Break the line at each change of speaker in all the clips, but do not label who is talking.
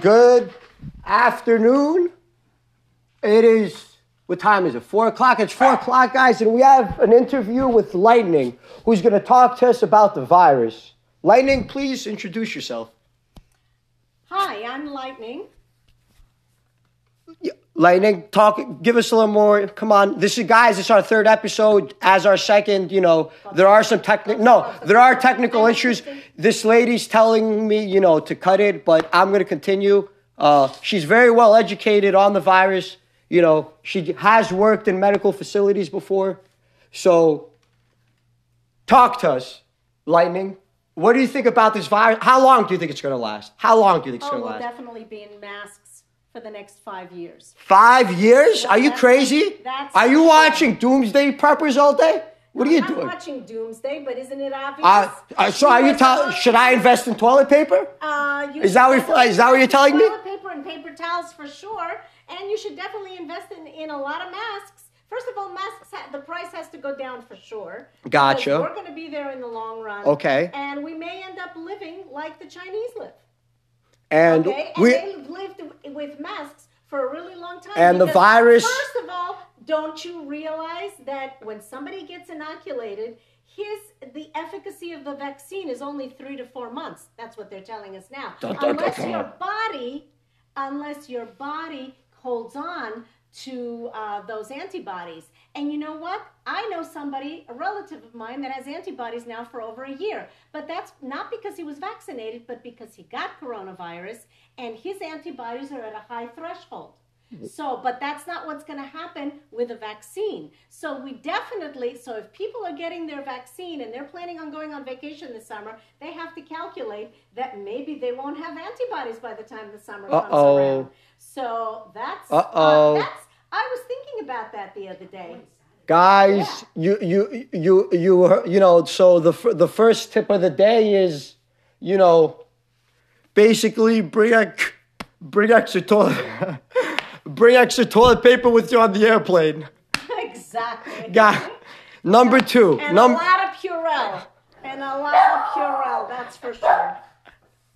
Good afternoon. It is, what time is it? Four o'clock? It's four o'clock, guys, and we have an interview with Lightning, who's going to talk to us about the virus. Lightning, please introduce yourself.
Hi, I'm Lightning.
Lightning, talk. Give us a little more. Come on, this is guys. It's our third episode. As our second, you know, there are some technical. No, there are technical issues. This lady's telling me, you know, to cut it, but I'm gonna continue. Uh, she's very well educated on the virus. You know, she has worked in medical facilities before, so talk to us, Lightning. What do you think about this virus? How long do you think it's gonna last? How long do you think it's
Oh,
gonna
we'll
last?
definitely be in masks for the next five years.
Five years? Are you
that's-
crazy?
that's-
Are you watching Doomsday Preppers all day? What are you
I'm
doing?
watching Doomsday, but isn't it obvious?
Uh, uh, so are you telling? Should I invest in toilet paper?
Uh, you
Is that what-
should-
is that what you're telling me?
Toilet paper and paper towels for sure, and you should definitely invest in, in a lot of masks. First of all, masks ha- the price has to go down for sure. because
Gotcha.
We're going to be there in the long run.
Okay.
And we may end up living like the Chinese live.
And
Okay, and
we
they lived with masks for a really long time.
And the
because,
virus-
First of all, don't you realize that when somebody gets inoculated, his the efficacy of the vaccine is only three to four months. That's what they're telling us now.
Dun, dun, dun,
unless
dun.
your body, unless your body holds on to uh, those antibodies. And you know what? I know somebody, a relative of mine, that has antibodies now for over a year. But that's not because he was vaccinated, but because he got coronavirus and his antibodies are at a high threshold. So, but that's not what's going to happen with a vaccine. So, we definitely, so if people are getting their vaccine and they're planning on going on vacation this summer, they have to calculate that maybe they won't have antibodies by the time the summer
Uh-oh.
comes around. So, that's,
Uh-oh.
uh, that's, I was thinking about that the other day.
guys, you you you you were- you know. So the fir- the first tip of the day is, you know, basically bring a, bring extra toilet bring extra toilet paper with you on the airplane.
exactly.
Guy, number two,
And a
number.
lot of Purell. And a lot of Purell, that's for sure.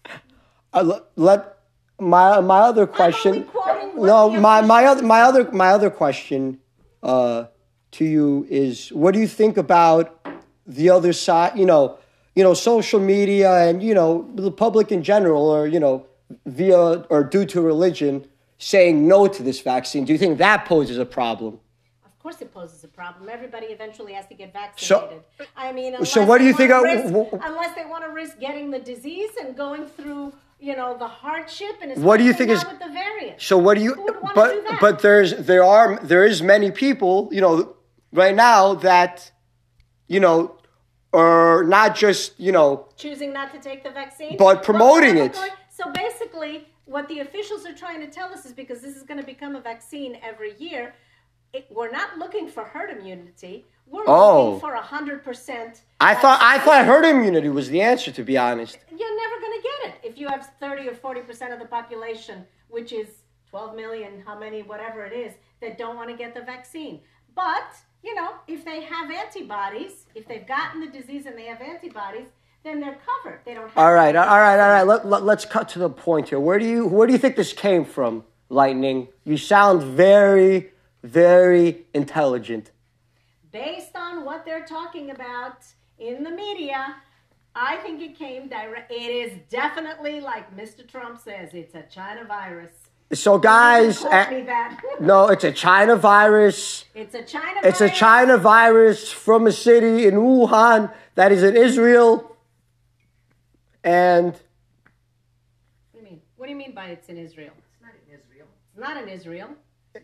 I Uh, le- let my my other
I'm
question.
only quoting what
No,
the
my my
official-
other my other my other question uh, to you is: What do you think about the other side? You know, you know, social media and you know the public in general, or you know, via or due to religion, saying no to this vaccine. Do you think that poses a problem?
Of course, it poses a problem. Everybody eventually has to get
So-
vaccinated. I mean, unless
so what do
they
you think
wanna
I-
risk,
wh- wh-
unless they want to risk getting the disease and going through, you know, the hardship and
What do you
especially
think
now
is-
with the variant?
So what do you?
Who would wanna
But
do that?
but there's there are there is many people you know right now that you know are not just you know
choosing not to take the vaccine,
But promoting
we're
it.
going- So basically, what the officials are trying to tell us is because this is going to become a vaccine every year, it, we're not looking for herd immunity. We're
Oh.
looking for hundred percent.
I thought I thought herd immunity was the answer. To be honest,
you're never going to get it if you have 30 or 40 percent of the population which is 12 million how many whatever it is that don't want to get the vaccine but you know if they have antibodies if they've gotten the disease and they have antibodies then they're covered they don't have
all
to
right,
get
all right, all right. Let, let, us cut to the point here. Where do you where do you think this came from, Lightning? You sound very very intelligent.
based on what they're talking about in the media, I think it came direct. It is definitely like Mr. Trump says, it's a China virus.
So guys,
Quote
eh,
me that.
no, it's a China virus.
it's a China.
It's a
virus.
China virus from a city in Wuhan that is in Israel. And
What do you mean? What do you mean by it's in Israel? It's not in Israel. It's not in Israel.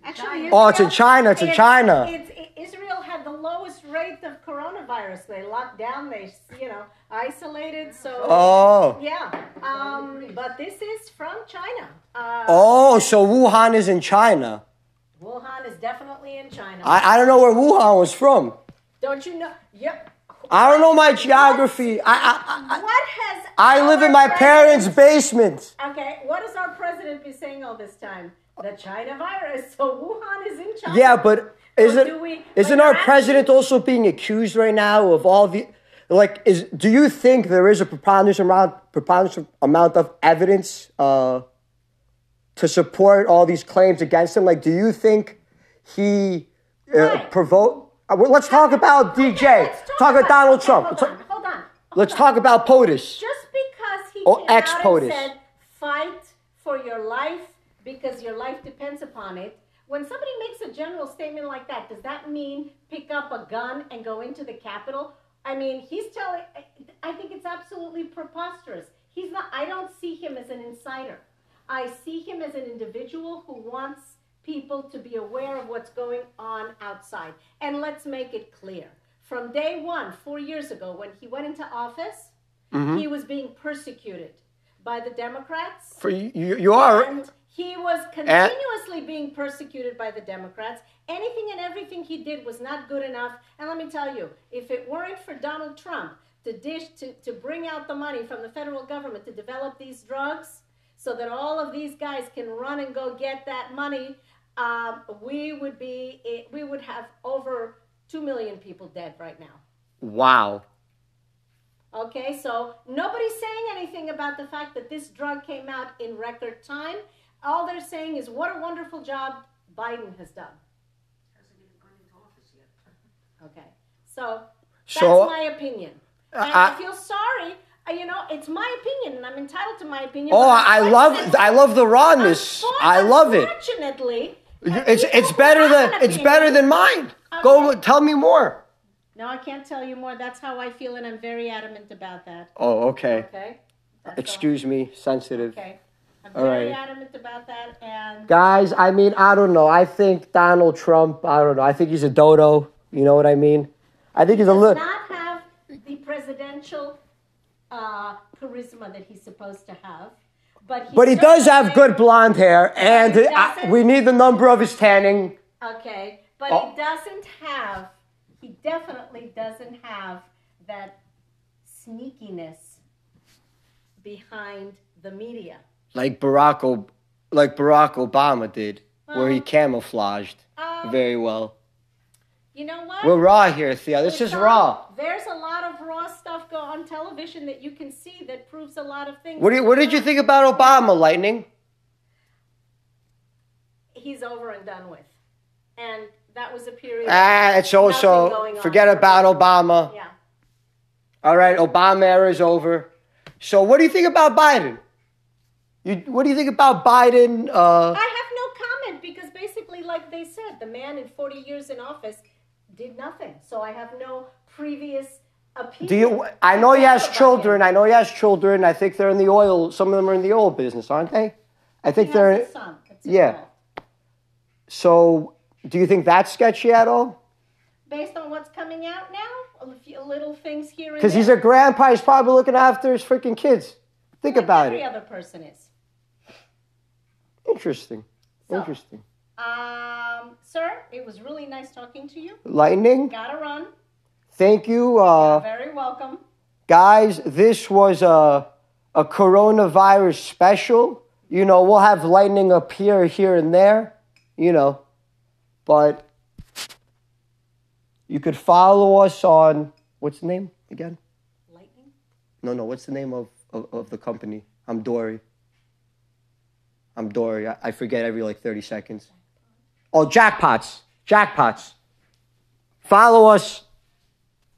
Actually,
Oh, it's in
Israel-
China, it's in China.
It's, i- Israel had the lowest rate of coronavirus. They locked down. They, you know, isolated. So.
oh,
Yeah. Um, but this is from China. Uh,
oh, so Wuhan is in China.
Wuhan is definitely in China.
I, I don't know where Wuhan was from.
Don't you know? Yep.
I don't know my geography. I I, I,
What has
I live in my
our
parents' basement.
president- Okay, what has our president been saying all this time? The China virus. So Wuhan is in China.
Yeah, but
do
isn't
we-
isn't
but
our
actually-
president also being accused right now of all the like is do you think there is a preponderance amount preponderance amount of evidence uh to support all these claims against him? Like, do you think he uh,
Right.
provoked? Uh, well, let's talk about DJ.
Let's
talk about Donald Trump.
Hold
Let's-
on, hold on.
Let's talk about POTUS.
Just because he
Or
came out
ex-POTUS.
and said, "Fight for your life because your life depends upon it." When somebody makes a general statement like that, does that mean pick up a gun and go into the Capitol? I mean, he's telling. I think it's absolutely preposterous. He's not. I don't see him as an insider. I see him as an individual who wants people to be aware of what's going on outside. And let's make it clear. From day one, four years ago, when he went into office, he was being persecuted by the Democrats.
For you, you, you are.
And he was continuously being persecuted by the Democrats. Anything and everything he did was not good enough. And let me tell you, if it weren't for Donald Trump to dish to, to bring out the money from the federal government to develop these drugs so that all of these guys can run and go get that money, um, we would be eh, we would have over two million people dead right now.
Wow.
Okay, so nobody's saying anything about the fact that this drug came out in record time. All they're saying is what a wonderful job Biden has done. Okay, so that's
So- uh,
my opinion.
I-
and I, feel sorry. uh, You know, it's my opinion, and I'm entitled to my opinion.
Oh,
but
I I love,
unfortunately-
I love the rawness. I love it.
Unfortunately,
It's,
people
it's
who
better
have
than,
an
it's
opinion-
better than mine. Go, tell me more.
No, I can't tell you more. That's how I feel, and I'm very adamant about that.
Oh, okay.
Okay. That's all.
Excuse me, sensitive.
Okay. I'm
All
very
right.
adamant about that, and
Guys, I mean, I don't know. I think Donald Trump, I don't know. I think he's a dodo. You know what I mean? I think he's a
does
look.
not have the presidential uh, charisma that he's supposed to have. But he,
But he does have
certainly-
good blonde hair, and
He
I,
doesn't.
we need the number of his tanning.
Okay, but
Oh.
he doesn't have. He definitely doesn't have that sneakiness behind the media.
Like Barack, Ob- like Barack Obama did, where he
Well,
camouflaged
um,
very well.
You know what?
We're raw here, Theo. This is
It's
raw.
all- There's a lot of raw stuff go on television that you can see that proves a lot of things.
What, do you, what did you think about Obama, Lightning?
He's over and done with, and that was a period.
Ah, it's
Nothing
also
going on.
forget about Obama.
yeah.
All right, Obama era is over. So, what do you think about Biden? You, what do you think about Biden? Uh,
I have no comment because basically, like they said, the man in 40 years in office did nothing. So I have no previous opinion.
do you? I know he has
about him.
children. I know he has children. I think they're in the oil. Some of them are in the oil business, aren't they? I
He
think
has
they're.
a son that's
yeah.
involved.
So, do you think that's sketchy at all?
Based on what's coming out now, a few little things here and
Because he's
there,
a grandpa. He's probably looking after his freaking kids. Think
like
about
every
it.
other person is.
Interesting.
So.
Interesting.
Um, sir, it was really nice talking to you.
Lightning.
Gotta run.
Thank you. Uh,
Very welcome.
guys this was a, a coronavirus special you know we'll have lightning appear here and there you know but you could follow us on what's the name again
Lightning.
no no what's the name of of, of the company i'm dory i'm dory I, I forget every like 30 seconds oh jackpots jackpots follow us